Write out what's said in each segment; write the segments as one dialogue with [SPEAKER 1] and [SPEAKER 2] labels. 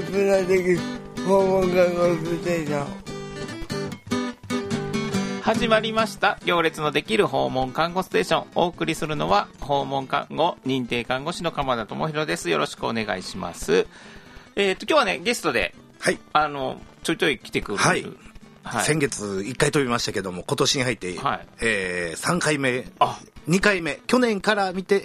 [SPEAKER 1] 的訪問看護婦制度
[SPEAKER 2] 始まりました行列のできる訪問看護ステーションお送りするのは訪問看護認定看護師の鎌田智博ですよろしくお願いしますえっ、と今日はねゲストで
[SPEAKER 3] はい、
[SPEAKER 2] あのちょいちょい来てくれる
[SPEAKER 3] はい
[SPEAKER 2] はい
[SPEAKER 3] 先月1回飛びましたけども今年に入って、
[SPEAKER 2] はい
[SPEAKER 3] え3回目
[SPEAKER 2] あ
[SPEAKER 3] 2回目去年から見て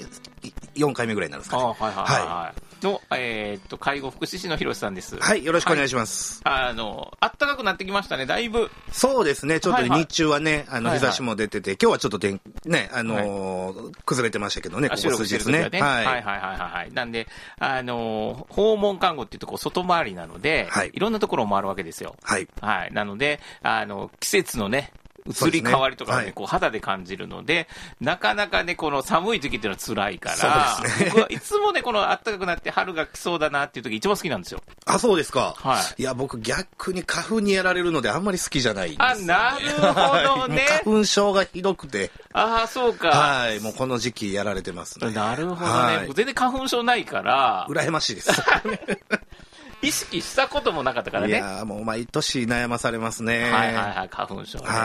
[SPEAKER 3] 4回目ぐらいになるんです
[SPEAKER 2] あ
[SPEAKER 3] かね
[SPEAKER 2] はいはいはい、はい、の、えっと介護福祉士の広瀬さんです
[SPEAKER 3] はいよろしくお願い
[SPEAKER 2] し
[SPEAKER 3] します、
[SPEAKER 2] ます、あのあったかくなってきましたねだいぶ
[SPEAKER 3] そうですねちょっと
[SPEAKER 2] はいはい
[SPEAKER 3] 日中はね、あの
[SPEAKER 2] はい
[SPEAKER 3] 日
[SPEAKER 2] はい
[SPEAKER 3] 差しも出てて、今日はちょっと天ねあのー崩れてましたけどねここ
[SPEAKER 2] 収録
[SPEAKER 3] 数
[SPEAKER 2] してる
[SPEAKER 3] 日
[SPEAKER 2] 時は
[SPEAKER 3] ね
[SPEAKER 2] ね
[SPEAKER 3] はい、
[SPEAKER 2] はいはいはいはいはいなんで、あのー訪問看護っていうとこう外回りなので、
[SPEAKER 3] はい
[SPEAKER 2] いろんなところを回るわけですよ。
[SPEAKER 3] はい
[SPEAKER 2] はい。なので、あの、季節のね、
[SPEAKER 3] そう
[SPEAKER 2] 移り
[SPEAKER 3] ですね
[SPEAKER 2] 変わりとかね、
[SPEAKER 3] はい
[SPEAKER 2] こう肌で感じるので、なかなかね、この寒い時期っていうのは辛いから、
[SPEAKER 3] そうですね
[SPEAKER 2] 僕はいつもね、この暖かくなって春が来そうだなっていう時一番好きなんですよ。
[SPEAKER 3] あそうですか、、
[SPEAKER 2] はい
[SPEAKER 3] や僕逆に花粉にやられるのであんまり好きじゃないんです
[SPEAKER 2] あ、なるほど
[SPEAKER 3] もう
[SPEAKER 2] ね。
[SPEAKER 3] 花粉症がひどくて
[SPEAKER 2] ああ、そうか。
[SPEAKER 3] はいもうこの時期やられてますね
[SPEAKER 2] なるほどね、
[SPEAKER 3] はい
[SPEAKER 2] 僕全然花粉症ないから、
[SPEAKER 3] 羨ましいです
[SPEAKER 2] 意識したこともなかったから
[SPEAKER 3] い
[SPEAKER 2] ね。
[SPEAKER 3] やーもう毎年悩まされますね、
[SPEAKER 2] はいはいはい、花粉症ね。
[SPEAKER 3] は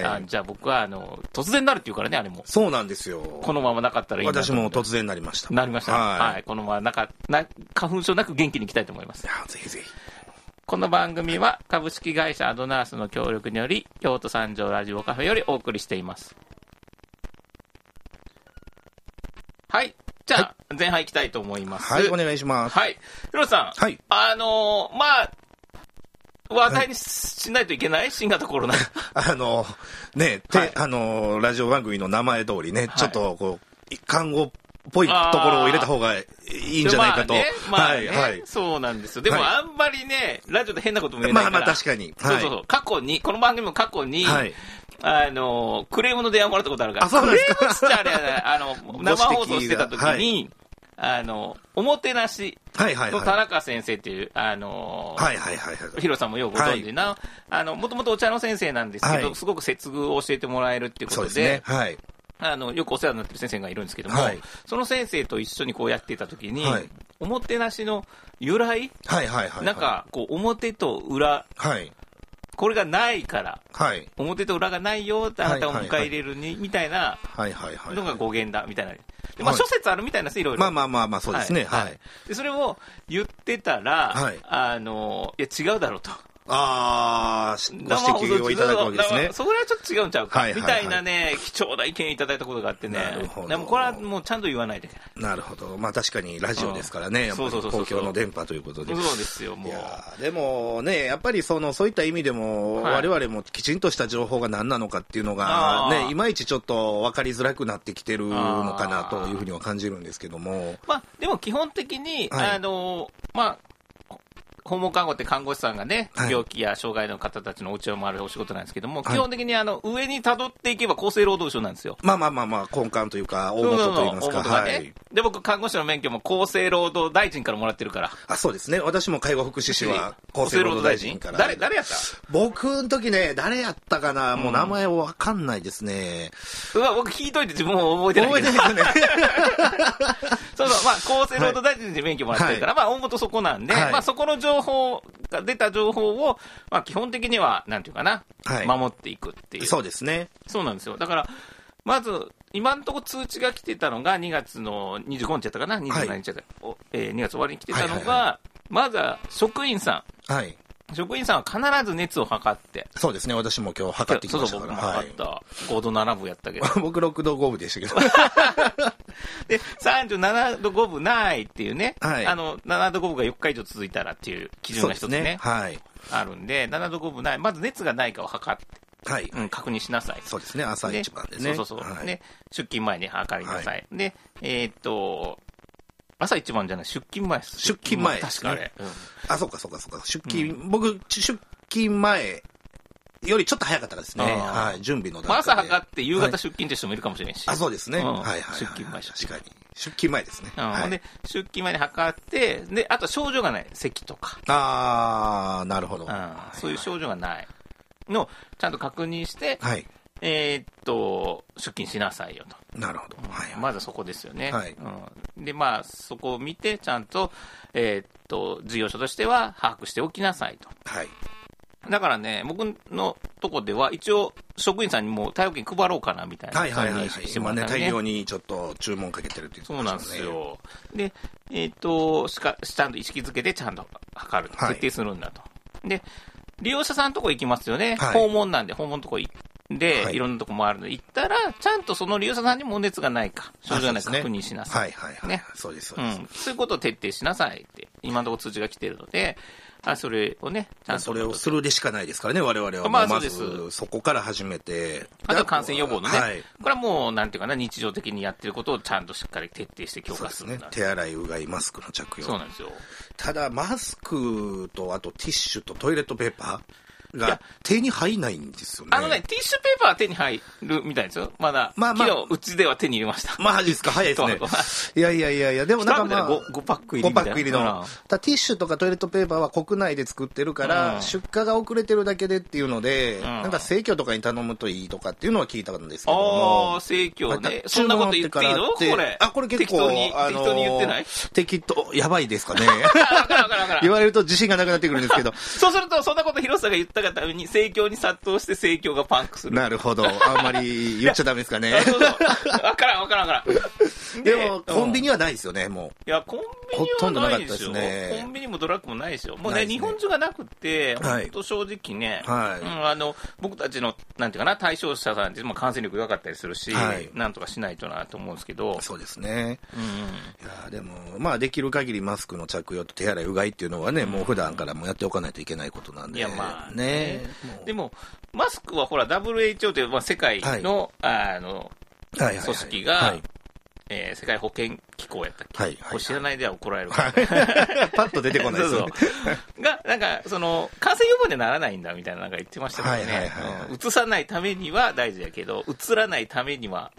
[SPEAKER 3] い
[SPEAKER 2] あじゃあ僕は、あの、突然なるっていうからね、あれも。
[SPEAKER 3] そうなんですよ
[SPEAKER 2] このままなかったらいいなと
[SPEAKER 3] 私も突然になりました
[SPEAKER 2] なりました。
[SPEAKER 3] はい、
[SPEAKER 2] はいい。このままなか、な、花粉症なく元気にいきたいと思います。
[SPEAKER 3] やぜひぜひ
[SPEAKER 2] この番組は株式会社アドナースの協力により、京都三条ラジオカフェよりお送りしています。はい。じゃあ、前半行きたいと思います。
[SPEAKER 3] はいお願いし ます
[SPEAKER 2] はい。ヒロさん。
[SPEAKER 3] はい
[SPEAKER 2] あのーまあ、話題にしないといけない新型コロ ナ。
[SPEAKER 3] あのねて、
[SPEAKER 2] はい
[SPEAKER 3] あのラジオ番組の名前通り
[SPEAKER 2] は
[SPEAKER 3] ね、
[SPEAKER 2] い
[SPEAKER 3] ちょっとこう看護っぽいところを入れた方がいいんじゃないかと、
[SPEAKER 2] まあねまあね
[SPEAKER 3] はいはい
[SPEAKER 2] そうなんですよ。でも、
[SPEAKER 3] はい
[SPEAKER 2] あんまりね、ラジオで変なことも言えないから。
[SPEAKER 3] まあまあ確かに
[SPEAKER 2] そうそうそう。過去に、この番組も過去に、
[SPEAKER 3] はい
[SPEAKER 2] あの、クレームの電話もらったことあるから。
[SPEAKER 3] あそうなんですか
[SPEAKER 2] クレームっつってあれやなあの、
[SPEAKER 3] 指摘が
[SPEAKER 2] 生放送してた時に、あの、おもてなし
[SPEAKER 3] はいはい
[SPEAKER 2] の
[SPEAKER 3] はい
[SPEAKER 2] 田中先生っていう、あの、
[SPEAKER 3] はいはいはいはい
[SPEAKER 2] ヒロさんもようご存知な、あの、もともとお茶の先生なんですけど、
[SPEAKER 3] はい
[SPEAKER 2] すごく接遇を教えてもらえるっていうこ
[SPEAKER 3] そう
[SPEAKER 2] と
[SPEAKER 3] ですねはい
[SPEAKER 2] あの、よくお世話になってる先生がいるんですけども、
[SPEAKER 3] はい
[SPEAKER 2] その先生と一緒にこうやっていたときに、
[SPEAKER 3] はい
[SPEAKER 2] おもてなしの由来、
[SPEAKER 3] はいはいはい
[SPEAKER 2] なんか、こう、表と裏、
[SPEAKER 3] はい
[SPEAKER 2] これがないから、
[SPEAKER 3] はい
[SPEAKER 2] 表と裏がないよってあなたを迎え入れるに、みたいな
[SPEAKER 3] はいはいはい
[SPEAKER 2] のが語源だ、みたいな。でまあ、
[SPEAKER 3] はい
[SPEAKER 2] 諸説あるみたいなんです、いろいろ。
[SPEAKER 3] まあまあまあまあそうですねはい、
[SPEAKER 2] でそれを言ってたら、
[SPEAKER 3] はい
[SPEAKER 2] あの、いや、違うだろうと。
[SPEAKER 3] ああご指摘をいただくわけで
[SPEAKER 2] 生放送中
[SPEAKER 3] すね
[SPEAKER 2] だからそれはちょっと違うんちゃうか、
[SPEAKER 3] はいはいはい
[SPEAKER 2] みたいなね、貴重な意見いただいたことがあってね
[SPEAKER 3] なるほ、ど
[SPEAKER 2] でもこれはもうちゃんと言わないといけない。
[SPEAKER 3] なるほど、まあ、確かにラジオですから
[SPEAKER 2] うん
[SPEAKER 3] ね、やっぱり
[SPEAKER 2] そうそうそうそう
[SPEAKER 3] 公共の電 波ということで。
[SPEAKER 2] そうですよ、も。
[SPEAKER 3] いうやーでもね、やっぱりそのそういった意味でも、
[SPEAKER 2] はい
[SPEAKER 3] 我々もきちんとした情報が何なのかっていうの
[SPEAKER 2] あ
[SPEAKER 3] が、
[SPEAKER 2] ー
[SPEAKER 3] ね、いまいちちょっと分かりづらくなってきてるのかなというふうには感じるんですけども、
[SPEAKER 2] まあ、でも基本的に、
[SPEAKER 3] はい
[SPEAKER 2] あの、まあ、訪問看護って看護師さんがね、
[SPEAKER 3] はい
[SPEAKER 2] 病気や障害の方たちのお家を回るお仕事なんですけども、
[SPEAKER 3] はい
[SPEAKER 2] 基本的にあの上にたどっていけば厚生労働省なんですよ。
[SPEAKER 3] まあまあまあまあ、根幹というか、大元といいます
[SPEAKER 2] 大
[SPEAKER 3] か、
[SPEAKER 2] 元が
[SPEAKER 3] は
[SPEAKER 2] ね、
[SPEAKER 3] い、
[SPEAKER 2] で、僕、看護師の免許も厚生労働大臣からもらってるから。
[SPEAKER 3] あそうですね、私も介護福祉士は厚生労働大臣から。
[SPEAKER 2] 誰、誰やった
[SPEAKER 3] 僕の時ね、誰やったかな、もう名前分かんないですね。
[SPEAKER 2] うわ、僕聞いといて自分も覚えてない
[SPEAKER 3] 覚
[SPEAKER 2] けど
[SPEAKER 3] えて。ないですね。
[SPEAKER 2] そうそう、まあ、厚生労働大臣で免許もらってるから、まあ、大元そこなんで、
[SPEAKER 3] はい
[SPEAKER 2] まあ、そこの情報が出た情報を、まあ、基本的には、なんていうかな、
[SPEAKER 3] はい
[SPEAKER 2] 守っていくっていう。
[SPEAKER 3] そうですね。
[SPEAKER 2] そうなんですよ。だから、まず、今のところ通知が来てたのが、2月の25日だったかな、27日だったか、おえー2月終わりに来てたのが、
[SPEAKER 3] はいはい
[SPEAKER 2] まずは職員さ
[SPEAKER 3] はい。
[SPEAKER 2] ん、職員さんは必ず熱を測って、
[SPEAKER 3] そうですね、私も今日測ってき
[SPEAKER 2] そう
[SPEAKER 3] ました
[SPEAKER 2] そう、
[SPEAKER 3] か
[SPEAKER 2] 僕
[SPEAKER 3] ら。
[SPEAKER 2] も測った、5度7分やったけ ど、
[SPEAKER 3] はい、僕6度5分でしたけど。
[SPEAKER 2] で、37度5分ないっていうね、
[SPEAKER 3] はい
[SPEAKER 2] あの7度5分が4日以上続いたらっていう基準
[SPEAKER 3] そう
[SPEAKER 2] が
[SPEAKER 3] で
[SPEAKER 2] 一
[SPEAKER 3] す
[SPEAKER 2] つね
[SPEAKER 3] ね。、はい。
[SPEAKER 2] あるんで、7度5分ない、まず熱がないかを測って、
[SPEAKER 3] はい。
[SPEAKER 2] うん、確認しなさい。
[SPEAKER 3] そうですね、朝一番でね。
[SPEAKER 2] そうそうそう。
[SPEAKER 3] はい
[SPEAKER 2] ね、出勤前に測りなさい。で、えーっと、朝一番じゃない、出勤前です。
[SPEAKER 3] 出勤前
[SPEAKER 2] 確かあれ。うん
[SPEAKER 3] あ、そうかそうかそうか。出勤、僕、出勤前よりちょっと早かったですね。
[SPEAKER 2] あー
[SPEAKER 3] はい。準備の
[SPEAKER 2] まあ、
[SPEAKER 3] 段
[SPEAKER 2] 朝
[SPEAKER 3] 階で。
[SPEAKER 2] 測って夕
[SPEAKER 3] はい
[SPEAKER 2] 方出勤って人もいるかもしれないし。
[SPEAKER 3] あ、そうですね。
[SPEAKER 2] うん
[SPEAKER 3] はいはいはい。
[SPEAKER 2] 出勤前
[SPEAKER 3] 確かに。出勤前ですね。
[SPEAKER 2] うん
[SPEAKER 3] は
[SPEAKER 2] ほん
[SPEAKER 3] い
[SPEAKER 2] で、出勤前に測って、で、あとは症状がない。咳とか、
[SPEAKER 3] あー、なるほど。
[SPEAKER 2] うんそういう症状がない。の、ちゃんと確認して、
[SPEAKER 3] はい。
[SPEAKER 2] えーっと、出勤しなさいよと。
[SPEAKER 3] なるほど。はいはい。
[SPEAKER 2] まずそこですよね。
[SPEAKER 3] はい
[SPEAKER 2] うん、で、まあ、そこを見て、ちゃんと、えーっと、事業所としては把握しておきなさいと。
[SPEAKER 3] はい。
[SPEAKER 2] だからね、僕のとこでは、一応、職員さんにもう、対応金配ろうかな、みたいな
[SPEAKER 3] はいはいはいはい
[SPEAKER 2] 感じにしてもら
[SPEAKER 3] 今
[SPEAKER 2] った
[SPEAKER 3] ね、
[SPEAKER 2] り
[SPEAKER 3] 大量にちょっと注文かけてるっていう、
[SPEAKER 2] そうなんです。よ。で、えっ、としか、ちゃんと意識づけてちゃんと測る、
[SPEAKER 3] はい
[SPEAKER 2] 設定するんだと。で、利用者さんのとこ行きますよね。
[SPEAKER 3] はい
[SPEAKER 2] 訪問なんで、訪問のとこ行って、
[SPEAKER 3] はい
[SPEAKER 2] い、ろんなとこ回るので、行ったら、ちゃんとその利用者さんにも熱がないか、症状がないか
[SPEAKER 3] あそうですね
[SPEAKER 2] 確認しなさい。
[SPEAKER 3] はいはいはい。
[SPEAKER 2] ね
[SPEAKER 3] そうです、そう
[SPEAKER 2] う
[SPEAKER 3] です。
[SPEAKER 2] ん、そういうことを徹底しなさいって、今のところ通知が来てるので、あそれをね、ちゃんと。
[SPEAKER 3] それをするでしかないですからね、我々は。
[SPEAKER 2] まあ
[SPEAKER 3] もうま
[SPEAKER 2] そうで
[SPEAKER 3] ず、そこから始めて。
[SPEAKER 2] あと
[SPEAKER 3] で
[SPEAKER 2] は感染予防のね、
[SPEAKER 3] はい。
[SPEAKER 2] これはもう、なんていうかな、日常的にやってることをちゃんとしっかり徹底して強
[SPEAKER 3] そう
[SPEAKER 2] 化
[SPEAKER 3] ですす
[SPEAKER 2] るん
[SPEAKER 3] ね
[SPEAKER 2] だ。。
[SPEAKER 3] 手洗い、うがい、マスクの着
[SPEAKER 2] そう
[SPEAKER 3] 用。
[SPEAKER 2] なんですよ。
[SPEAKER 3] ただ、マスクと、あとティッシュとトイレットペーパー
[SPEAKER 2] い
[SPEAKER 3] が
[SPEAKER 2] や
[SPEAKER 3] 手に入んないんですよね。
[SPEAKER 2] あのね、ティッシュペーパーは手に入るみたいですよ。まだ。
[SPEAKER 3] まあまあ
[SPEAKER 2] 昨日、うちでは手に入れました。
[SPEAKER 3] マジですか、早いですね
[SPEAKER 2] そう。
[SPEAKER 3] いやいやいやいや、でもなんか、まあ、
[SPEAKER 2] 5, パック入りみたい
[SPEAKER 3] 5
[SPEAKER 2] な。
[SPEAKER 3] パック入りの、だからティッシュとかトイレットペーパーは国内で作ってるから、
[SPEAKER 2] うん
[SPEAKER 3] 出荷が遅れてるだけでっていうので、
[SPEAKER 2] ん
[SPEAKER 3] なんか生協とかに頼むといいとかっていうのは聞いたんですけど
[SPEAKER 2] ああ、
[SPEAKER 3] も。
[SPEAKER 2] 生協
[SPEAKER 3] ま
[SPEAKER 2] で
[SPEAKER 3] た。
[SPEAKER 2] そんなこと言っていいのこ
[SPEAKER 3] 注文
[SPEAKER 2] れ。
[SPEAKER 3] あ、これ結構、
[SPEAKER 2] 適当に、
[SPEAKER 3] あのー
[SPEAKER 2] 適当に言って ない
[SPEAKER 3] 適当、やばいですかね。
[SPEAKER 2] あわからんわからんわから
[SPEAKER 3] 言
[SPEAKER 2] ん。
[SPEAKER 3] われると自信がなくなってくるんです けど。
[SPEAKER 2] そうすると、そんなこと広瀬が言ったがために、生協に殺到して生協がパンクする。
[SPEAKER 3] なるほど。あんまり言っちゃダメですかね
[SPEAKER 2] あ。そうそう。わからんわからんわからん。
[SPEAKER 3] でも、コンビ
[SPEAKER 2] ニ。
[SPEAKER 3] ニはないですよね、も
[SPEAKER 2] いや、コンビニ
[SPEAKER 3] ほと
[SPEAKER 2] は
[SPEAKER 3] んどな
[SPEAKER 2] な
[SPEAKER 3] かっ
[SPEAKER 2] いで
[SPEAKER 3] たですす
[SPEAKER 2] よ。
[SPEAKER 3] ね
[SPEAKER 2] コンビニもドラッグもないですよ。もう
[SPEAKER 3] な
[SPEAKER 2] ね、
[SPEAKER 3] いです
[SPEAKER 2] 日
[SPEAKER 3] ね
[SPEAKER 2] 本中がなくて、
[SPEAKER 3] はい
[SPEAKER 2] 本当正直ね、
[SPEAKER 3] はい
[SPEAKER 2] うん、あの僕たちの、なんていうかな、対象者さんっても感染力弱かったりするし、
[SPEAKER 3] はい
[SPEAKER 2] なんとかしないとなと思うんですけど
[SPEAKER 3] う。、そうですね。
[SPEAKER 2] うん
[SPEAKER 3] いやーでも、まあ、できる限りマスクの着用と手洗い、うがいっていうのはね、もう普段からもやっておかないといけないことなんで。
[SPEAKER 2] いやまあ
[SPEAKER 3] ね
[SPEAKER 2] ね。
[SPEAKER 3] も
[SPEAKER 2] でも、マスクはほら、WHO という、まあ、世界の,、あの
[SPEAKER 3] うはいはいはい
[SPEAKER 2] 組織が、
[SPEAKER 3] はい。
[SPEAKER 2] えー世界保健機構やったっけ、
[SPEAKER 3] はいはいはい
[SPEAKER 2] これ知らないでは怒られるから、
[SPEAKER 3] パッと出てこないですよね。
[SPEAKER 2] そうそうが、なんか、その、感染予防にはならないんだみたいななんか言ってましたけど
[SPEAKER 3] はいはい
[SPEAKER 2] ね
[SPEAKER 3] はいはい。
[SPEAKER 2] うんうつさないためには大事やけど、うつらないためには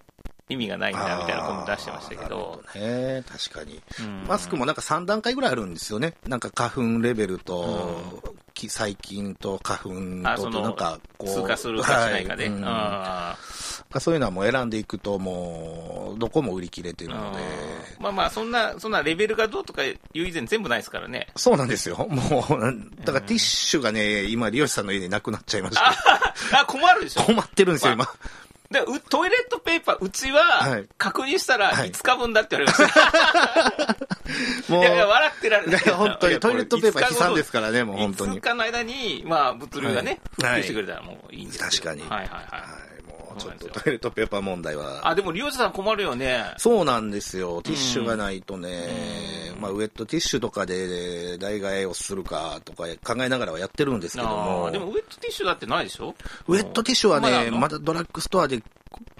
[SPEAKER 2] 意味がないんだみたいなコメント出してましたけ
[SPEAKER 3] あーなるほ
[SPEAKER 2] ど。
[SPEAKER 3] どね。確かに。
[SPEAKER 2] うん
[SPEAKER 3] マスクもなんか3段階ぐらいあるんですよね。なんか花粉レベルと、き細菌と花
[SPEAKER 2] あ
[SPEAKER 3] 粉
[SPEAKER 2] そ
[SPEAKER 3] とと、
[SPEAKER 2] の
[SPEAKER 3] なんかこう。
[SPEAKER 2] 通過するかしないかで。
[SPEAKER 3] は
[SPEAKER 2] う
[SPEAKER 3] うんんそういうのはもう選んでいくと、もう、どこも売り切れてるので。
[SPEAKER 2] まあまあ、そんな、そんなレベルがどうとかいう以前全部ないですからね。
[SPEAKER 3] そうなんですよ。 もうなん、だからティッシュがね、今、利用者さんの家になくなっちゃいました。
[SPEAKER 2] あ、困るでしょ。
[SPEAKER 3] 困ってるんですよ、今。
[SPEAKER 2] でうトイレットペーパー、うち
[SPEAKER 3] は
[SPEAKER 2] はい確認したら
[SPEAKER 3] はい
[SPEAKER 2] 5日分だって言われました。
[SPEAKER 3] もう、
[SPEAKER 2] いやいや、笑ってられ
[SPEAKER 3] い
[SPEAKER 2] な
[SPEAKER 3] や
[SPEAKER 2] い。
[SPEAKER 3] 本当に、トイレットペーパー悲惨です
[SPEAKER 2] か
[SPEAKER 3] からね、もう
[SPEAKER 2] ら
[SPEAKER 3] 本当に。
[SPEAKER 2] 5日の間に、まあ、物流がね、
[SPEAKER 3] はい
[SPEAKER 2] 用意してくれたらもういいんですけど
[SPEAKER 3] 確かに
[SPEAKER 2] はいはいはい。
[SPEAKER 3] はい、もう、ち
[SPEAKER 2] そう
[SPEAKER 3] ょ
[SPEAKER 2] なん
[SPEAKER 3] っ
[SPEAKER 2] です
[SPEAKER 3] と
[SPEAKER 2] よ
[SPEAKER 3] トイレットペーパー問題は。
[SPEAKER 2] あ、でも利用者さん困るよね。
[SPEAKER 3] そうなんですよ。ティッシュがないとね、まあ、ウェットティッシュとかで代替えをするかとか考えながらはやってるんですけど
[SPEAKER 2] あ
[SPEAKER 3] も
[SPEAKER 2] ー、でもウェットティッシュだってないでしょ
[SPEAKER 3] ウェットティッシュは
[SPEAKER 2] まだあ
[SPEAKER 3] ね、
[SPEAKER 2] んの
[SPEAKER 3] まだドラッグストアで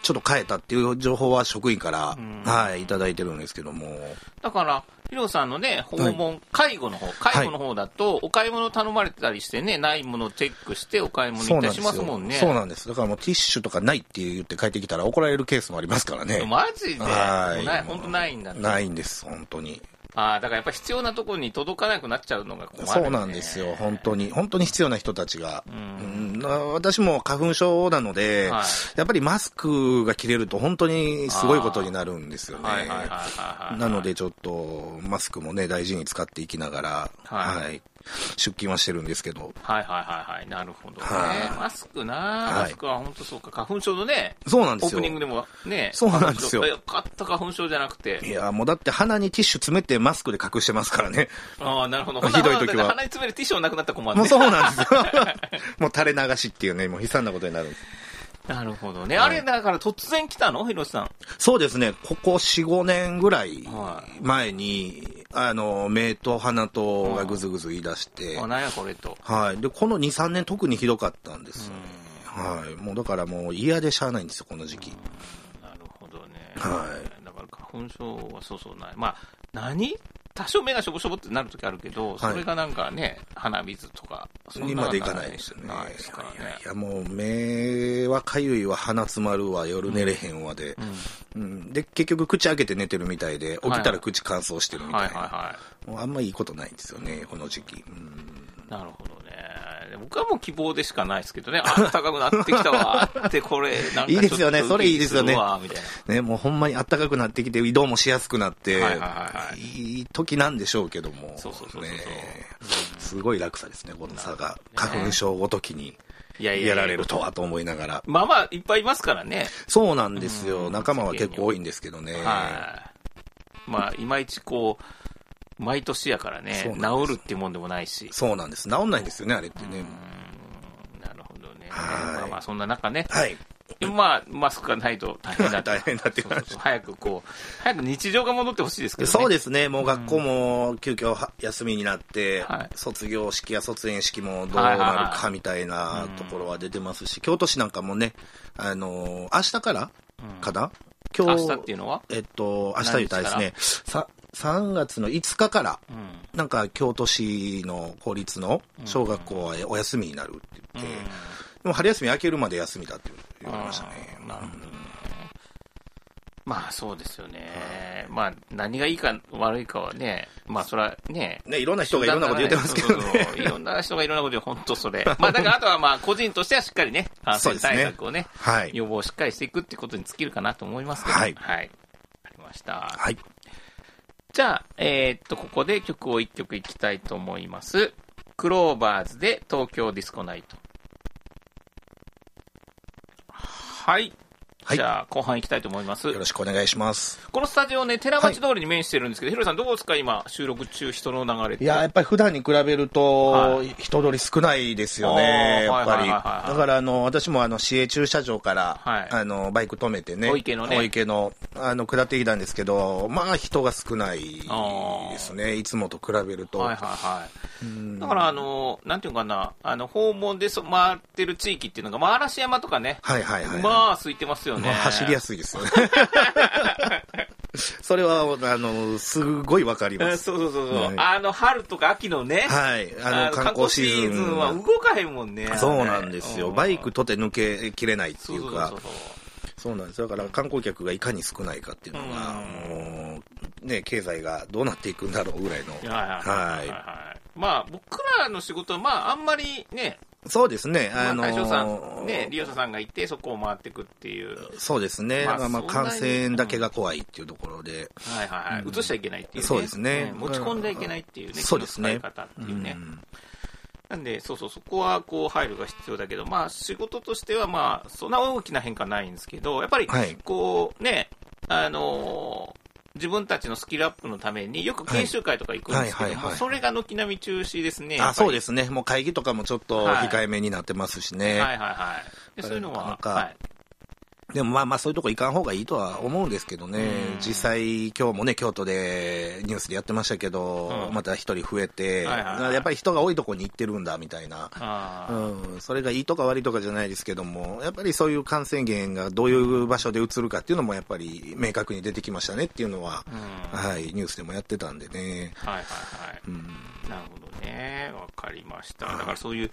[SPEAKER 3] ちょっと変えたっていう情報は職員から
[SPEAKER 2] ん、
[SPEAKER 3] はい、いただいてるんですけども。
[SPEAKER 2] だから、ヒロさんのね、訪問、介護の方、介護の方だと、お買い物頼まれてたりしてね、ないものをチェックしてお買い物
[SPEAKER 3] そ
[SPEAKER 2] 行
[SPEAKER 3] う
[SPEAKER 2] っ
[SPEAKER 3] な
[SPEAKER 2] た
[SPEAKER 3] ん
[SPEAKER 2] り
[SPEAKER 3] で
[SPEAKER 2] し
[SPEAKER 3] す
[SPEAKER 2] ま
[SPEAKER 3] よ
[SPEAKER 2] すもんね。
[SPEAKER 3] そうなんです。だからもうティッシュとかないって言って帰ってきたら怒られるケースもありますからね。
[SPEAKER 2] マジで、
[SPEAKER 3] はい
[SPEAKER 2] ない本当ないんだね
[SPEAKER 3] ないんです、本当に。
[SPEAKER 2] ああ、だからやっぱ必要なところに届かなくなっちゃうのが困る、ね。
[SPEAKER 3] そうなんですよ、本当に。本当に必要な人たちが。
[SPEAKER 2] ん
[SPEAKER 3] うん私も花粉症なので、
[SPEAKER 2] はい
[SPEAKER 3] やっぱりマスクが切れると本当にすごいことになるんですよね。
[SPEAKER 2] はいはいはいはいはい。
[SPEAKER 3] なのでちょっと、マスクもね、大事に使っていきながら、
[SPEAKER 2] はい
[SPEAKER 3] はい出勤はしてるんですけど。
[SPEAKER 2] はいはいはいはい、なるほどね
[SPEAKER 3] はい。
[SPEAKER 2] マスクな、
[SPEAKER 3] い
[SPEAKER 2] マスクは本当そうか、花粉症のね、
[SPEAKER 3] そうなんで
[SPEAKER 2] オー
[SPEAKER 3] すよ。
[SPEAKER 2] プニングでもね、
[SPEAKER 3] そうなんです
[SPEAKER 2] 花
[SPEAKER 3] よ
[SPEAKER 2] 粉症あよかった、花粉症じゃなく
[SPEAKER 3] い
[SPEAKER 2] て。
[SPEAKER 3] や、もうだって鼻にティッシュ詰めてマスクで隠してますからね。
[SPEAKER 2] ああ、なるほど。
[SPEAKER 3] ひどい時は
[SPEAKER 2] ほな鼻に詰めるティッシュもなくなったら困る
[SPEAKER 3] もう
[SPEAKER 2] ね。
[SPEAKER 3] そうなんですよ。もう垂れ流しっていうね、もう悲惨なことになるんです。
[SPEAKER 2] なるほどね。あれ、だから突然来たの広瀬さん。
[SPEAKER 3] そうですね、ここ4、5年ぐらい
[SPEAKER 2] は
[SPEAKER 3] 前に、あの、目と鼻とがぐずぐず言い出して、
[SPEAKER 2] あ、なんやこれと。
[SPEAKER 3] はい。で、この2、3年特にひどかったんですよね。はい。もうだからもう嫌でしゃあないんですよ、この時期。
[SPEAKER 2] なるほどね。
[SPEAKER 3] は
[SPEAKER 2] だから花粉症はそうそうない。まあ、何多少目がしょぼしょぼってなる時あるけど、それがなんかね、鼻水とか、そん
[SPEAKER 3] に
[SPEAKER 2] なの
[SPEAKER 3] までいかないですよね。
[SPEAKER 2] ないですからね。
[SPEAKER 3] いや、もう目はかゆいわ、鼻詰まるわ、夜寝れへんわで、うんで、結局口開けて寝てるみたいで、起きたら口乾燥してるみ
[SPEAKER 2] は
[SPEAKER 3] た
[SPEAKER 2] い
[SPEAKER 3] いな。
[SPEAKER 2] はいはい。
[SPEAKER 3] もうあんまいいことないんですよね、この時期。うん
[SPEAKER 2] なるほどね。ね。僕はもう希望でしかないですけどね。あ、高くなってきた わ。って、これ、なんかちょっと
[SPEAKER 3] いいですよねそれいいですよね
[SPEAKER 2] るわみたいな。
[SPEAKER 3] ね、もうほんまに暖かくなってきて、移動もしやすくなっ
[SPEAKER 2] は
[SPEAKER 3] て、
[SPEAKER 2] いはいはいはい
[SPEAKER 3] いい時なんでしょうけども、
[SPEAKER 2] そうそうそうそう
[SPEAKER 3] ねすごい落差ですね、この差が。花粉症ごときに
[SPEAKER 2] いやいや
[SPEAKER 3] やられるとはと思いながら。
[SPEAKER 2] まあまあ、いっぱいいますからね。
[SPEAKER 3] そうなんですよ、
[SPEAKER 2] うん
[SPEAKER 3] 仲間は結構多いんですけどね。
[SPEAKER 2] はい。まあ、いまいちこう、毎年やからね
[SPEAKER 3] そう、なんで
[SPEAKER 2] 治るっていうもんでもないし。
[SPEAKER 3] そうなんです。治んないんですよね、あれってね。
[SPEAKER 2] うんなるほどね。
[SPEAKER 3] はい
[SPEAKER 2] まあまあ、そんな中ね。
[SPEAKER 3] はい。
[SPEAKER 2] まあ、マスクがないと大変 だと
[SPEAKER 3] 大変だっていう話
[SPEAKER 2] そうそうそう早くこう、早く日常が戻ってほしいですけどね。
[SPEAKER 3] そうですね、もう学校も急遽は休みになって、
[SPEAKER 2] はい
[SPEAKER 3] 卒業式や卒園式もどうなるかみたいなところは出てますし、京都市なんかもね、あのー明日からかな、今
[SPEAKER 2] 明日ってい
[SPEAKER 3] 日、
[SPEAKER 2] うのは
[SPEAKER 3] えっと、明日言ったらですね、さ3月の5日から、
[SPEAKER 2] うん。
[SPEAKER 3] なんか京都市の公立の小学校はお休みになるって言って、でも春休み明けるまで休みだって言われましたね。
[SPEAKER 2] なるほどね。まあそうですよね。まあ何がいいか悪いかはね、まあそれはね、
[SPEAKER 3] ね、いろんな人がいろんなこと言ってますけど
[SPEAKER 2] そうそう
[SPEAKER 3] ね
[SPEAKER 2] そう。いろんな人がいろんなこと言う、本当それ。まあだからあとはまあ個人としてはしっかりね、感染対策をね、
[SPEAKER 3] はい。
[SPEAKER 2] 予防をしっかりしていくってことに尽きるかなと思いますけど。
[SPEAKER 3] はい
[SPEAKER 2] はい。ありました。
[SPEAKER 3] はい。
[SPEAKER 2] じゃあ、えーっと、ここで曲を一曲いきたいと思います。クローバーズで東京ディスコナイト。はい。
[SPEAKER 3] はい
[SPEAKER 2] じゃあ、後半いきたいと思います。
[SPEAKER 3] よろしくお願いします。
[SPEAKER 2] このスタジオね、寺町通りに面してるんですけど、ヒロさんどうですか今、収録中、人の流れって。
[SPEAKER 3] いや、やっぱり普段に比べる
[SPEAKER 2] は
[SPEAKER 3] と、人通り少ないですよね、
[SPEAKER 2] あー
[SPEAKER 3] やっぱ
[SPEAKER 2] はいはいはい
[SPEAKER 3] り。
[SPEAKER 2] はい
[SPEAKER 3] だから、あの、私もあの、市営駐車場から、
[SPEAKER 2] はい
[SPEAKER 3] あの、バイク止めてね、
[SPEAKER 2] お池のね
[SPEAKER 3] お池の、あの、下ってきたんですけど、まあ、人が少ないですね、いつもと比べると。
[SPEAKER 2] はいはいはい。だから、あの、なんていうのかな、あの、訪問でそ回ってる地域っていうのが、まあ、嵐山とかね、
[SPEAKER 3] はいはいはい。
[SPEAKER 2] まあ、空いてますよね。
[SPEAKER 3] まあ走りや
[SPEAKER 2] す
[SPEAKER 3] すいですよね。 それは、あの、すごいわかりま
[SPEAKER 2] い。
[SPEAKER 3] す。
[SPEAKER 2] そうそうそうそう、
[SPEAKER 3] はい
[SPEAKER 2] あの、春とか秋のね、
[SPEAKER 3] はい。あの、観光シーズン
[SPEAKER 2] は
[SPEAKER 3] は。
[SPEAKER 2] 動かへんもんね。
[SPEAKER 3] そうなんですよ。バイク
[SPEAKER 2] と
[SPEAKER 3] とて抜けきれないっていうか
[SPEAKER 2] そうそうそう。
[SPEAKER 3] そうなんですだから観光客がいかに少ないかっていうのが、もう、ね、経済がどうなっていくんだろうぐらいの。
[SPEAKER 2] そうはいはいはいはいはい。まあ、僕らの仕事は、まあ、あんまりね、
[SPEAKER 3] そうですね、
[SPEAKER 2] ま
[SPEAKER 3] あ
[SPEAKER 2] あ、
[SPEAKER 3] の
[SPEAKER 2] 大
[SPEAKER 3] ー
[SPEAKER 2] 将さん、ね、利用者さんがいて、そこを回っていくっていう。
[SPEAKER 3] そうですね、
[SPEAKER 2] ま
[SPEAKER 3] ま
[SPEAKER 2] あ
[SPEAKER 3] あまあ、
[SPEAKER 2] そんなに
[SPEAKER 3] 感染だけが怖いっていうところで、
[SPEAKER 2] はいはいはい。移しちゃいけないっていうね。
[SPEAKER 3] そうですね
[SPEAKER 2] ん持ち込んじゃいけないっていうね。
[SPEAKER 3] そうですね
[SPEAKER 2] 気の使い方っていうね。
[SPEAKER 3] うん
[SPEAKER 2] なんで、そうそう、そこはこう配慮が必要だけど、まあ仕事としてはまあそんな大きな変化ないんですけど、やっぱり
[SPEAKER 3] はい
[SPEAKER 2] こうね、あのー自分たちのスキルアップのためによく研修会とか行くんですけ
[SPEAKER 3] は
[SPEAKER 2] ど
[SPEAKER 3] いはいはい
[SPEAKER 2] も、
[SPEAKER 3] はい
[SPEAKER 2] それが軒並み中止ですね。。
[SPEAKER 3] あそうですすね、もう会議とかもちょっと
[SPEAKER 2] はい
[SPEAKER 3] 控えめになってますし
[SPEAKER 2] はい
[SPEAKER 3] ね、
[SPEAKER 2] はいはい。でそういうのは
[SPEAKER 3] な、かなか
[SPEAKER 2] はい
[SPEAKER 3] でもまあまあ、そういうとこ行かん方がいいとは思うんですけどね、
[SPEAKER 2] うん
[SPEAKER 3] 実際、今日もね、京都でニュースでやってましたけど、
[SPEAKER 2] うん
[SPEAKER 3] また一人増えて、
[SPEAKER 2] はいはいはい
[SPEAKER 3] やっぱり人が多いとこに行ってるんだみたいな。
[SPEAKER 2] あー
[SPEAKER 3] うん、それがいいとか悪いとかじゃないですけども、やっぱりそういう感染源がどういう場所で移るかっていうのも、やっぱり明確に出てきましたねっていうのは、
[SPEAKER 2] うんはい
[SPEAKER 3] はい、ニュースでもやってたんでね。
[SPEAKER 2] はいはい。
[SPEAKER 3] うん、
[SPEAKER 2] なるほどね。わかりました。だからそういう、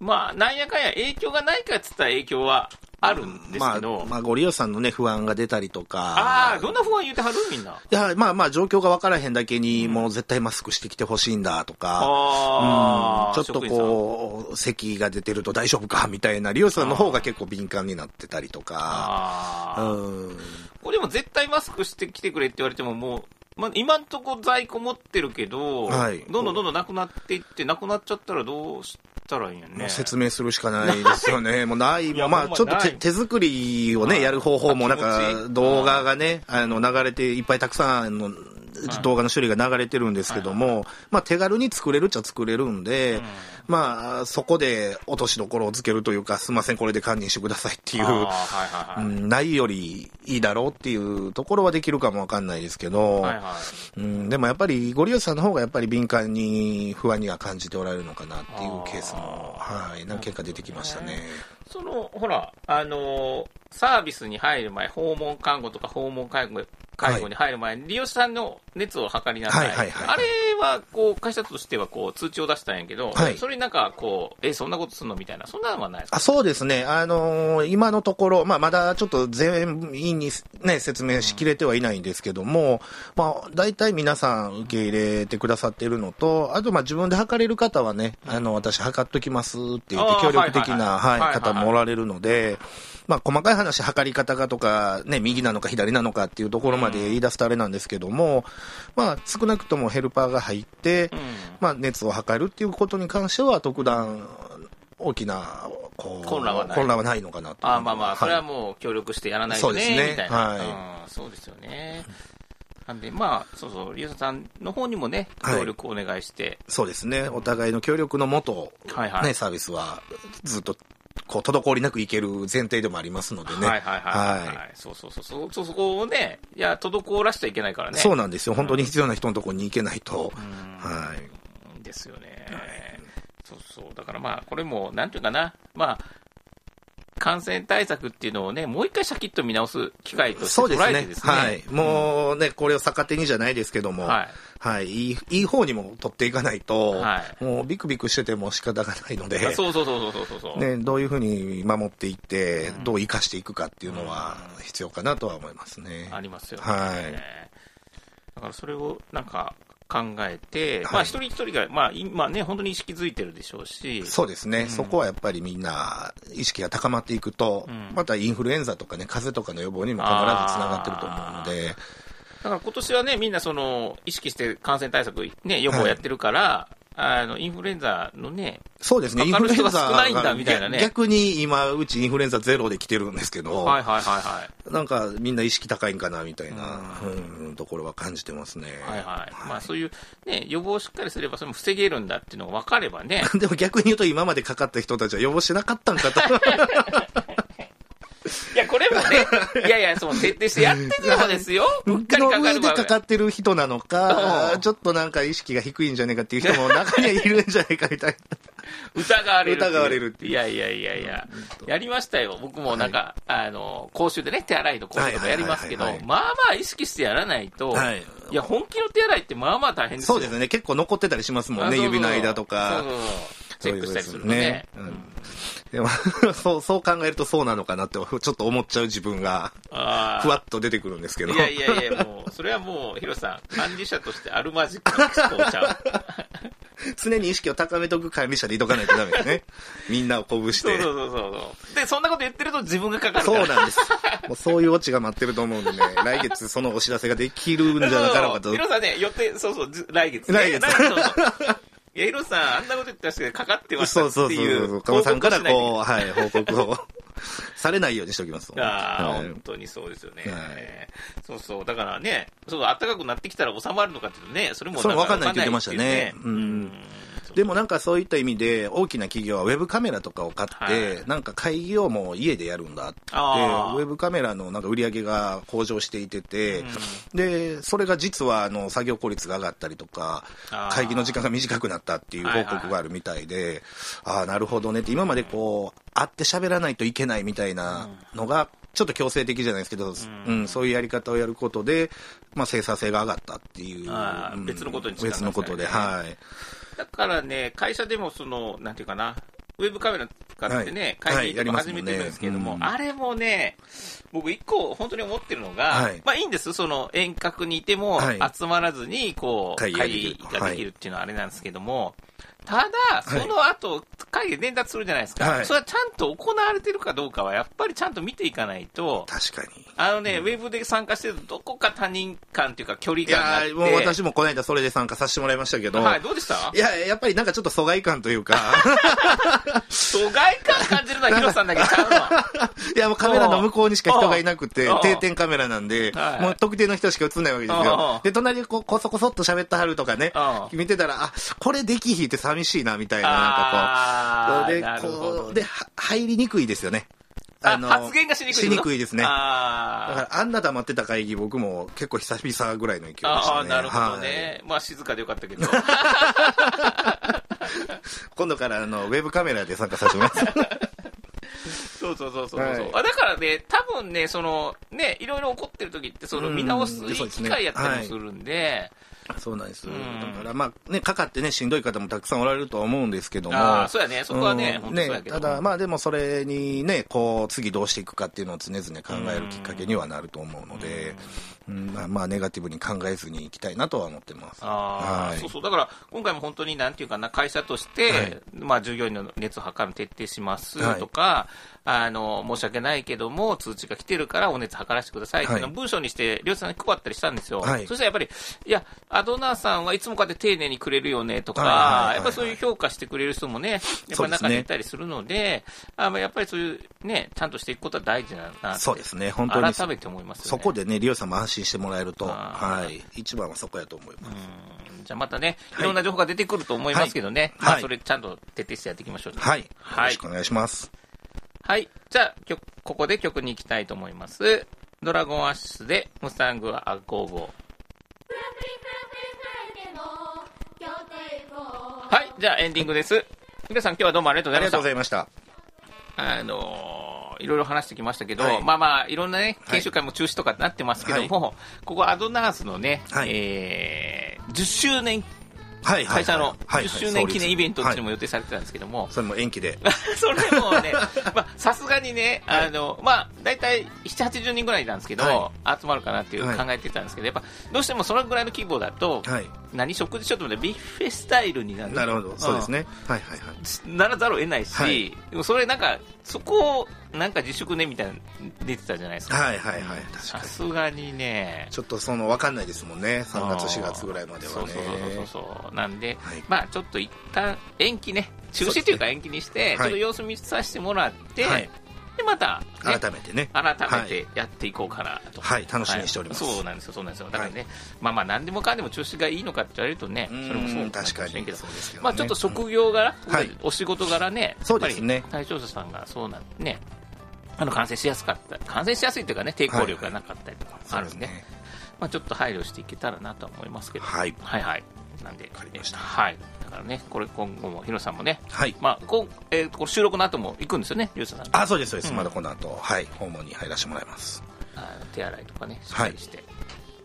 [SPEAKER 2] まあ、なんやかんや影響がないかっつったら影響はあるんです
[SPEAKER 3] ま
[SPEAKER 2] け
[SPEAKER 3] あ、
[SPEAKER 2] ど、
[SPEAKER 3] まあ、ご利用さんのね、不安が出たりと
[SPEAKER 2] あ
[SPEAKER 3] か。
[SPEAKER 2] あー、どんな不安言うてはるみんな。
[SPEAKER 3] いや、まあまあ、状況が分からへんだけに、もう絶対マスクしてきてほしいんだとか。うん
[SPEAKER 2] ああ、
[SPEAKER 3] ちょっと
[SPEAKER 2] 職員さん
[SPEAKER 3] こう、咳が出てると大丈夫かみたいな、利用者さんの方が結構敏感になってたりとか。
[SPEAKER 2] あ
[SPEAKER 3] う
[SPEAKER 2] あ、
[SPEAKER 3] ん。
[SPEAKER 2] これでも絶対マスクしてきてくれって言われても、もう、まあ、今んとこ在庫持ってるけど、
[SPEAKER 3] はい
[SPEAKER 2] どんどんどんどんなくなっていって、なくなっちゃったらどうしたらいいんや
[SPEAKER 3] も
[SPEAKER 2] ね。
[SPEAKER 3] う説明するしかないですよ ね。もうない。
[SPEAKER 2] いや
[SPEAKER 3] ま
[SPEAKER 2] ほ
[SPEAKER 3] あ、
[SPEAKER 2] んま
[SPEAKER 3] ちょっと
[SPEAKER 2] ない
[SPEAKER 3] 手手作りを
[SPEAKER 2] は
[SPEAKER 3] ね、
[SPEAKER 2] い
[SPEAKER 3] やる方法も、なん
[SPEAKER 2] あ気持ちい
[SPEAKER 3] か
[SPEAKER 2] い、
[SPEAKER 3] 動画がね、あの、流れて、いっぱいたくさんの
[SPEAKER 2] い
[SPEAKER 3] 動画の種類が流れてるんですけども、まあ、手軽に作れるっちゃ作れるんで、まあ、そこで落としどころをつけるというか、すいません、これで堪忍してくださいってい
[SPEAKER 2] あ
[SPEAKER 3] う
[SPEAKER 2] ー、はいは
[SPEAKER 3] う
[SPEAKER 2] いはい。
[SPEAKER 3] んないよりいいだろうっていうところはできるかもわかんないですけど、
[SPEAKER 2] はいはい
[SPEAKER 3] うん、でもやっぱりご利用者さんの方がやっぱり敏感に不安には感じておられるのかなっていうケースも、はい、何件か出てきましたね。
[SPEAKER 2] そのほら、あのーサービスに入る前、訪問看護とか訪問介護介護に入る前に利用者さんの熱を測りなさい。
[SPEAKER 3] はいはいはい
[SPEAKER 2] あれは、こう、会社としては、こう、通知を出したんやけど、
[SPEAKER 3] はい
[SPEAKER 2] それになんか、こう、え、そんなことすんのみたいな、そんなのはないです
[SPEAKER 3] あそうですね、あのー今のところ、まあ、まだちょっと全員に、ね、説明しきれてはいないんですけども、まあ、大体皆さん受け入れてくださってるのと、あとまあ自分で測れる方はね、あの私、測っときますって言って
[SPEAKER 2] あ、ー
[SPEAKER 3] 協力的な、
[SPEAKER 2] は
[SPEAKER 3] はいい
[SPEAKER 2] はいはい
[SPEAKER 3] 方もおられるので、まあ、細かい話、測り方がとか、ね、右なのか左なのかっていうところまで言い出すとあれなんですけども、まあ、少なくともヘルパーが入って、まあ、熱を測るっていうことに関しては、特段、大きなこう
[SPEAKER 2] 混乱はない
[SPEAKER 3] 混乱はないのかなと。
[SPEAKER 2] あまあまあ、それはいもう協力してやらないとね、
[SPEAKER 3] そうですね
[SPEAKER 2] みたいな、
[SPEAKER 3] は
[SPEAKER 2] うん。そうですよね。なんで、まあ、そうそう、リュウさんの方にもね、
[SPEAKER 3] はい
[SPEAKER 2] 協力お願いして、
[SPEAKER 3] そうですね、お互いの協力のもと、
[SPEAKER 2] はいはい。
[SPEAKER 3] ね、サービスはずっとこう滞りなくいける前提でもありますのでね。
[SPEAKER 2] はいはいはい、はい
[SPEAKER 3] は
[SPEAKER 2] そうそうそうそうそうそこをねいや滞らしちゃいけないからね
[SPEAKER 3] そうなんですよ、本当に必要な人のところに行けないと。
[SPEAKER 2] うん
[SPEAKER 3] はい
[SPEAKER 2] ですよね、そうそうだからまあこれもなんていうかなまあ感染対策っていうのをねもう一回シャキッと見直す機会として
[SPEAKER 3] そうです
[SPEAKER 2] 捉え
[SPEAKER 3] ね
[SPEAKER 2] てですね
[SPEAKER 3] はい。もうね、これを逆手にじゃないですけども、
[SPEAKER 2] は
[SPEAKER 3] はいい、いい、いい方にも取っていかないと、
[SPEAKER 2] は
[SPEAKER 3] もうビクビクしてても仕方がないので、
[SPEAKER 2] あそうそうそうそうそうそう、
[SPEAKER 3] ね、どういうふうに守っていって、どう生かしていくかっていうのは必要かなとは思いますね。
[SPEAKER 2] ありますよね、
[SPEAKER 3] はい
[SPEAKER 2] だからそれをなんか考えて、
[SPEAKER 3] はい
[SPEAKER 2] まあ一人一人が、まあ、今ね本当に意識づいてるでしょうし
[SPEAKER 3] そうですね、
[SPEAKER 2] ん
[SPEAKER 3] そこはやっぱりみんな意識が高まっていくと、
[SPEAKER 2] うん
[SPEAKER 3] またインフルエンザとかね、風邪とかの予防にも必ずつながってると思うので、
[SPEAKER 2] だから今年はね、みんなその意識して感染対策、ね、予防やってるから、あのインフルエンザのね、
[SPEAKER 3] そうですね、
[SPEAKER 2] か
[SPEAKER 3] イン
[SPEAKER 2] か
[SPEAKER 3] フ
[SPEAKER 2] る
[SPEAKER 3] ルエン
[SPEAKER 2] 人が
[SPEAKER 3] ザ
[SPEAKER 2] 少ないんだみたいなね
[SPEAKER 3] が逆に今、うちインフルエンザゼロで来てるんですけど、
[SPEAKER 2] はいはいはいはい。
[SPEAKER 3] なんかみんな意識高いんかなみたいな、うんところは感じてますね。
[SPEAKER 2] はいはい。まあそういう、ね、予防をしっかりすれば、それも防げるんだっていうのが分かればね、
[SPEAKER 3] でも逆に言うと、今までかかった人たちは予防しなかったんかと。
[SPEAKER 2] いや、これもね、 いやいや、その徹底してやってるのですよ。うっかり
[SPEAKER 3] の
[SPEAKER 2] かかる
[SPEAKER 3] 上で
[SPEAKER 2] 場
[SPEAKER 3] か
[SPEAKER 2] 合
[SPEAKER 3] かってる人なのか、
[SPEAKER 2] うん
[SPEAKER 3] あーちょっとなんか意識が低いんじゃねえかっていう人も中にはいるんじゃないかみたい
[SPEAKER 2] 疑われるっていう。
[SPEAKER 3] 疑われるっていう
[SPEAKER 2] いやいやいやいや、やりましたよ。僕もなんか、あの、講習でね、手洗いの講習とかやりますけど、
[SPEAKER 3] はい
[SPEAKER 2] ま
[SPEAKER 3] はいはいはい
[SPEAKER 2] あまあ意識してやらないと、
[SPEAKER 3] な。
[SPEAKER 2] い、や、本気の手洗いってまあまあ大変ですよ。
[SPEAKER 3] そうですね。結構残ってたりしますも
[SPEAKER 2] あ
[SPEAKER 3] んね。
[SPEAKER 2] そうそう
[SPEAKER 3] 指の間とか
[SPEAKER 2] そう。そうそうチ
[SPEAKER 3] そう
[SPEAKER 2] ェッ
[SPEAKER 3] いう
[SPEAKER 2] クし
[SPEAKER 3] こと
[SPEAKER 2] た
[SPEAKER 3] で
[SPEAKER 2] り
[SPEAKER 3] す
[SPEAKER 2] す
[SPEAKER 3] よ
[SPEAKER 2] るとね。
[SPEAKER 3] うんでも そう、そう考えるとそうなのかなって、ちょっと思っちゃう自分が、
[SPEAKER 2] あー
[SPEAKER 3] ふわっと出てくるんですけど。
[SPEAKER 2] いやいやいや、もう、それはもう、ヒロさん、管理者としてあるまじくの思考ちゃう。
[SPEAKER 3] 常に意識を高めとく管理者でいとかないとダメです ね。みんなを鼓舞し
[SPEAKER 2] そう
[SPEAKER 3] て。
[SPEAKER 2] そうそうそう。で、そんなこと言ってると自分がかかるか
[SPEAKER 3] そ
[SPEAKER 2] ら。
[SPEAKER 3] うなんです。もうそういうオチが待ってると思うんでね、来月そのお知らせができるんじゃなかろうかと
[SPEAKER 2] ヒ。ロさんね、予定、そうそう、ず来月ね。
[SPEAKER 3] 来
[SPEAKER 2] そ
[SPEAKER 3] 月
[SPEAKER 2] うそういや、ヒロさん、あんなこと言ってましたけど、かかってました
[SPEAKER 3] そう
[SPEAKER 2] って
[SPEAKER 3] そうそう
[SPEAKER 2] い
[SPEAKER 3] そうう。
[SPEAKER 2] 報
[SPEAKER 3] かま
[SPEAKER 2] 告をし
[SPEAKER 3] さ
[SPEAKER 2] ないといけな
[SPEAKER 3] んから
[SPEAKER 2] い。
[SPEAKER 3] こう、はい、報告を されないようにしておきます。
[SPEAKER 2] ああ、
[SPEAKER 3] はい
[SPEAKER 2] 本当にそうですよね、
[SPEAKER 3] はい
[SPEAKER 2] そうそう、だからね、そう暖かくなってきたら収まるのかっていうとね、それも
[SPEAKER 3] それも
[SPEAKER 2] ん
[SPEAKER 3] わかんないって言ってましたね
[SPEAKER 2] わかんないっていうねうん
[SPEAKER 3] でもなんかそういった意味で、大きな企業はウェブカメラとかを買って、
[SPEAKER 2] はい
[SPEAKER 3] なんか会議をもう家でやるんだって、ウ
[SPEAKER 2] あー
[SPEAKER 3] ェブカメラのなんか売り上げが向上していてて、で、それが実はあの作業効率が上がったりとか
[SPEAKER 2] あー、
[SPEAKER 3] 会議の時間が短くなったっていう報告があるみたいで、ああ、なるほどねって、今までこう、会って喋らないといけないみたいなのが、ちょっと強制的じゃないですけど、うんそういうやり方をやることで、まあ、生産性が上がったっていう、
[SPEAKER 2] あー
[SPEAKER 3] うん
[SPEAKER 2] 別のことにつながったん
[SPEAKER 3] 別
[SPEAKER 2] で
[SPEAKER 3] の
[SPEAKER 2] すね
[SPEAKER 3] ことで、はい。
[SPEAKER 2] だからね、会社でもその、なんていうかな、ウェブカメラ使ってね、
[SPEAKER 3] は
[SPEAKER 2] 会議
[SPEAKER 3] い
[SPEAKER 2] とか
[SPEAKER 3] はい
[SPEAKER 2] 始めてるんですけれども、
[SPEAKER 3] やりま
[SPEAKER 2] あれもね、僕一個本当に思ってるのが、
[SPEAKER 3] はい
[SPEAKER 2] まあいいんです、その遠隔にいても
[SPEAKER 3] はい
[SPEAKER 2] 集まらずに、こう、会
[SPEAKER 3] 会議ができる
[SPEAKER 2] 議ができるっていうのはあれなんですけども、ただ、
[SPEAKER 3] はい
[SPEAKER 2] その後、会議で伝達するじゃないですか、
[SPEAKER 3] はい
[SPEAKER 2] それはちゃんと行われてるかどうかは、やっぱりちゃんと見ていかないと、
[SPEAKER 3] 確かに。
[SPEAKER 2] あのね、ウェブで参加してると、どこか他人感というか、距離
[SPEAKER 3] い
[SPEAKER 2] 感があっ
[SPEAKER 3] や
[SPEAKER 2] て、
[SPEAKER 3] ーもう私もこの間それで参加させてもらいましたけど、
[SPEAKER 2] はい、
[SPEAKER 3] い、
[SPEAKER 2] どうでした
[SPEAKER 3] や、やっぱりなんかちょっと疎外感というか、
[SPEAKER 2] 疎外感感じるのはヒロさんだけちゃうの。
[SPEAKER 3] いや、もうカメラの向こうにしか人がいなくて
[SPEAKER 2] うん、
[SPEAKER 3] 定点カメラなんで
[SPEAKER 2] はい、
[SPEAKER 3] もう特定の人しか映んないわけです
[SPEAKER 2] うん
[SPEAKER 3] よ。で、隣でこう、こそこそっと喋ってはるとかね、
[SPEAKER 2] う
[SPEAKER 3] 見てたら、あ、これできひいて寂しいな、みたいな、なんかこ
[SPEAKER 2] あ
[SPEAKER 3] う。
[SPEAKER 2] ー
[SPEAKER 3] で
[SPEAKER 2] な、るほ
[SPEAKER 3] こ
[SPEAKER 2] ど
[SPEAKER 3] う、で、は入りにくいですよね。
[SPEAKER 2] あ発言がしにくいってこと
[SPEAKER 3] ですね。だか
[SPEAKER 2] あ
[SPEAKER 3] ら、あんな黙ってた会議、僕も結構久々ぐらいの勢いでし
[SPEAKER 2] ー
[SPEAKER 3] たね。
[SPEAKER 2] あー、なるほど
[SPEAKER 3] はい
[SPEAKER 2] ね。まあ、静かでよかった けど。
[SPEAKER 3] 今度からあのウェブカメラで参加させてもらいます。
[SPEAKER 2] そそうそうそうそうそう、
[SPEAKER 3] はい
[SPEAKER 2] あだからね、多分ね、そのね、いろいろ起こってる時って、その
[SPEAKER 3] うん
[SPEAKER 2] 見直すいい
[SPEAKER 3] そうです
[SPEAKER 2] 機
[SPEAKER 3] ね
[SPEAKER 2] 会やったりもするんで、
[SPEAKER 3] そうなんです。
[SPEAKER 2] うん
[SPEAKER 3] だからまあね、かかってね、しんどい方もたくさんおられるとは思うんですけども。
[SPEAKER 2] ああ、そうやね、そこはね、
[SPEAKER 3] う
[SPEAKER 2] 本
[SPEAKER 3] ん
[SPEAKER 2] 当そうやけど。
[SPEAKER 3] ただまあでもそれにね、こう、次どうしていくかっていうのを常々考えるきっかけにはなると思うので、うんまあまあネガティブに考えずにいきたいなとは思ってます。
[SPEAKER 2] あー
[SPEAKER 3] はい
[SPEAKER 2] そうそう、だから今回も本当になんていうかな、会社として、
[SPEAKER 3] はい
[SPEAKER 2] まあ、従業員の熱を測るの徹底します
[SPEAKER 3] はい
[SPEAKER 2] とか、あの、申し訳ないけども、通知が来てるからお熱測らせてくださいっていうのを
[SPEAKER 3] はい
[SPEAKER 2] 文章にして、りょうさんに配ったりしたんですよ、
[SPEAKER 3] はい
[SPEAKER 2] そしたらやっぱり、いや、アドナーさんはいつもこうやって丁寧にくれるよねとか、
[SPEAKER 3] はいはいはいはい
[SPEAKER 2] やっぱりそういう評価してくれる人もね、やっぱ
[SPEAKER 3] そう
[SPEAKER 2] り
[SPEAKER 3] です
[SPEAKER 2] 中
[SPEAKER 3] ね
[SPEAKER 2] にいたりするので、あまあやっぱりそういうね、ちゃんとしていくことは大事だなって
[SPEAKER 3] そうですね、本当に。
[SPEAKER 2] 改めて思いますよね。
[SPEAKER 3] そこでね、リオさんも安心してもらえると、
[SPEAKER 2] あー
[SPEAKER 3] はい、一番はそこやと思います。
[SPEAKER 2] うんじゃあまたね、
[SPEAKER 3] はい
[SPEAKER 2] いろんな情報が出てくると思いますけどね、
[SPEAKER 3] はい
[SPEAKER 2] まあ
[SPEAKER 3] はい
[SPEAKER 2] それちゃんと徹底してやっていきましょう。
[SPEAKER 3] はい、よ
[SPEAKER 2] はい
[SPEAKER 3] ろしくお願いします。
[SPEAKER 2] はい。じゃあ、曲ここで曲に行きたいと思います。ドラゴンアッシュで、ムスタングはアゴーゴー。
[SPEAKER 4] は
[SPEAKER 2] はい。じゃあ、エンディングです。皆さん、今日はどうもありがとうご
[SPEAKER 3] あ
[SPEAKER 2] ざい
[SPEAKER 3] り
[SPEAKER 2] ま
[SPEAKER 3] が
[SPEAKER 2] した
[SPEAKER 3] とうご。ざいました。
[SPEAKER 2] あのーいろいろ話してきましたけど、
[SPEAKER 3] はい
[SPEAKER 2] まあまあ、いろんなね、研修会も中止とかになってますけども、ここアドナースのね、
[SPEAKER 3] はい
[SPEAKER 2] えー10周年、
[SPEAKER 3] はい、は
[SPEAKER 2] 会
[SPEAKER 3] い
[SPEAKER 2] 社の
[SPEAKER 3] はい
[SPEAKER 2] 10周年記念イベントっていうのも
[SPEAKER 3] はい
[SPEAKER 2] 予定されてたんですけども、
[SPEAKER 3] それも延期で。
[SPEAKER 2] それも ね、まあさすがにね、あの、まあ、大体7、80人ぐらいなんですけど、
[SPEAKER 3] は
[SPEAKER 2] 集まるかなっていう
[SPEAKER 3] はい
[SPEAKER 2] 考えてたんですけど、やっぱ、どうしてもそのぐらいの規模だと、
[SPEAKER 3] はい。
[SPEAKER 2] 何食事しようと思ってビュッフェスタイルになる。
[SPEAKER 3] なるほど、そうですね。はいはいはい。
[SPEAKER 2] うん。ならざるを得ないし、
[SPEAKER 3] はい
[SPEAKER 2] でもそれなんか、そこを、なんか自粛ねみたいなの出てたじゃないですか。
[SPEAKER 3] はいはいはい、確か
[SPEAKER 2] さ
[SPEAKER 3] に。
[SPEAKER 2] すがにね、
[SPEAKER 3] ちょっとその、わかんないですもんね。3月、4月ぐらいまではね。
[SPEAKER 2] そうそうそうそうそうなんで、
[SPEAKER 3] はい
[SPEAKER 2] まあちょっと一旦延期ね中止というか延期にして、
[SPEAKER 3] そうですね
[SPEAKER 2] ちょっと様子見させてもらって、
[SPEAKER 3] はい
[SPEAKER 2] でまた、ね、
[SPEAKER 3] 改めてね。
[SPEAKER 2] 改めてやっていこうかなと、
[SPEAKER 3] はい楽しみにしております
[SPEAKER 2] はいそうなんですよそうなんですよだからね、まあまあ何でもかんでも中止がいいのかって言われるとねそれもそう
[SPEAKER 3] うん確か
[SPEAKER 2] もしれん
[SPEAKER 3] に
[SPEAKER 2] けど
[SPEAKER 3] そうですけどね
[SPEAKER 2] まあちょっと職業柄、
[SPEAKER 3] うんはい
[SPEAKER 2] お仕事柄ね
[SPEAKER 3] そうですね
[SPEAKER 2] やっぱり対象者さんがそうなんねあの感染しやすかった感染しやすいというかね抵抗力がなかったりとかもあるんで,、
[SPEAKER 3] そうですね
[SPEAKER 2] まあちょっと配慮していけたらなとは思いますけど、
[SPEAKER 3] はい
[SPEAKER 2] はいはいなんで
[SPEAKER 3] かりました
[SPEAKER 2] えはいだからねこれ今後もヒロさんもね
[SPEAKER 3] はい。
[SPEAKER 2] まあこうえーこれ収録の後も行くんですよね、ヒロさん。
[SPEAKER 3] あ、そうです、そうです。
[SPEAKER 2] うん
[SPEAKER 3] まだこの後、はい、訪問に入らせてもらいます。
[SPEAKER 2] あの手洗いとかねしっかりして、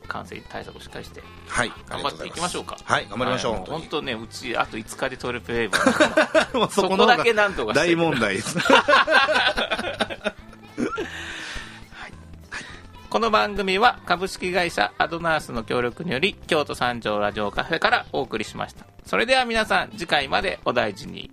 [SPEAKER 2] 感染対策をしっかりして
[SPEAKER 3] はい。
[SPEAKER 2] 頑張っていきましょうか
[SPEAKER 3] はい、頑張りましょう。
[SPEAKER 2] はいも
[SPEAKER 3] 本
[SPEAKER 2] 本
[SPEAKER 3] 当
[SPEAKER 2] 当ねうちあと5日でトイレペーパーだから
[SPEAKER 3] に。 もう
[SPEAKER 2] そ
[SPEAKER 3] の
[SPEAKER 2] こ
[SPEAKER 3] 方が
[SPEAKER 2] だけなんとかして
[SPEAKER 3] 大問題です。
[SPEAKER 2] この番組は株式会社アドナースの協力により京都三条ラジオカフェからお送りしましたそれでは皆さん次回までお大事に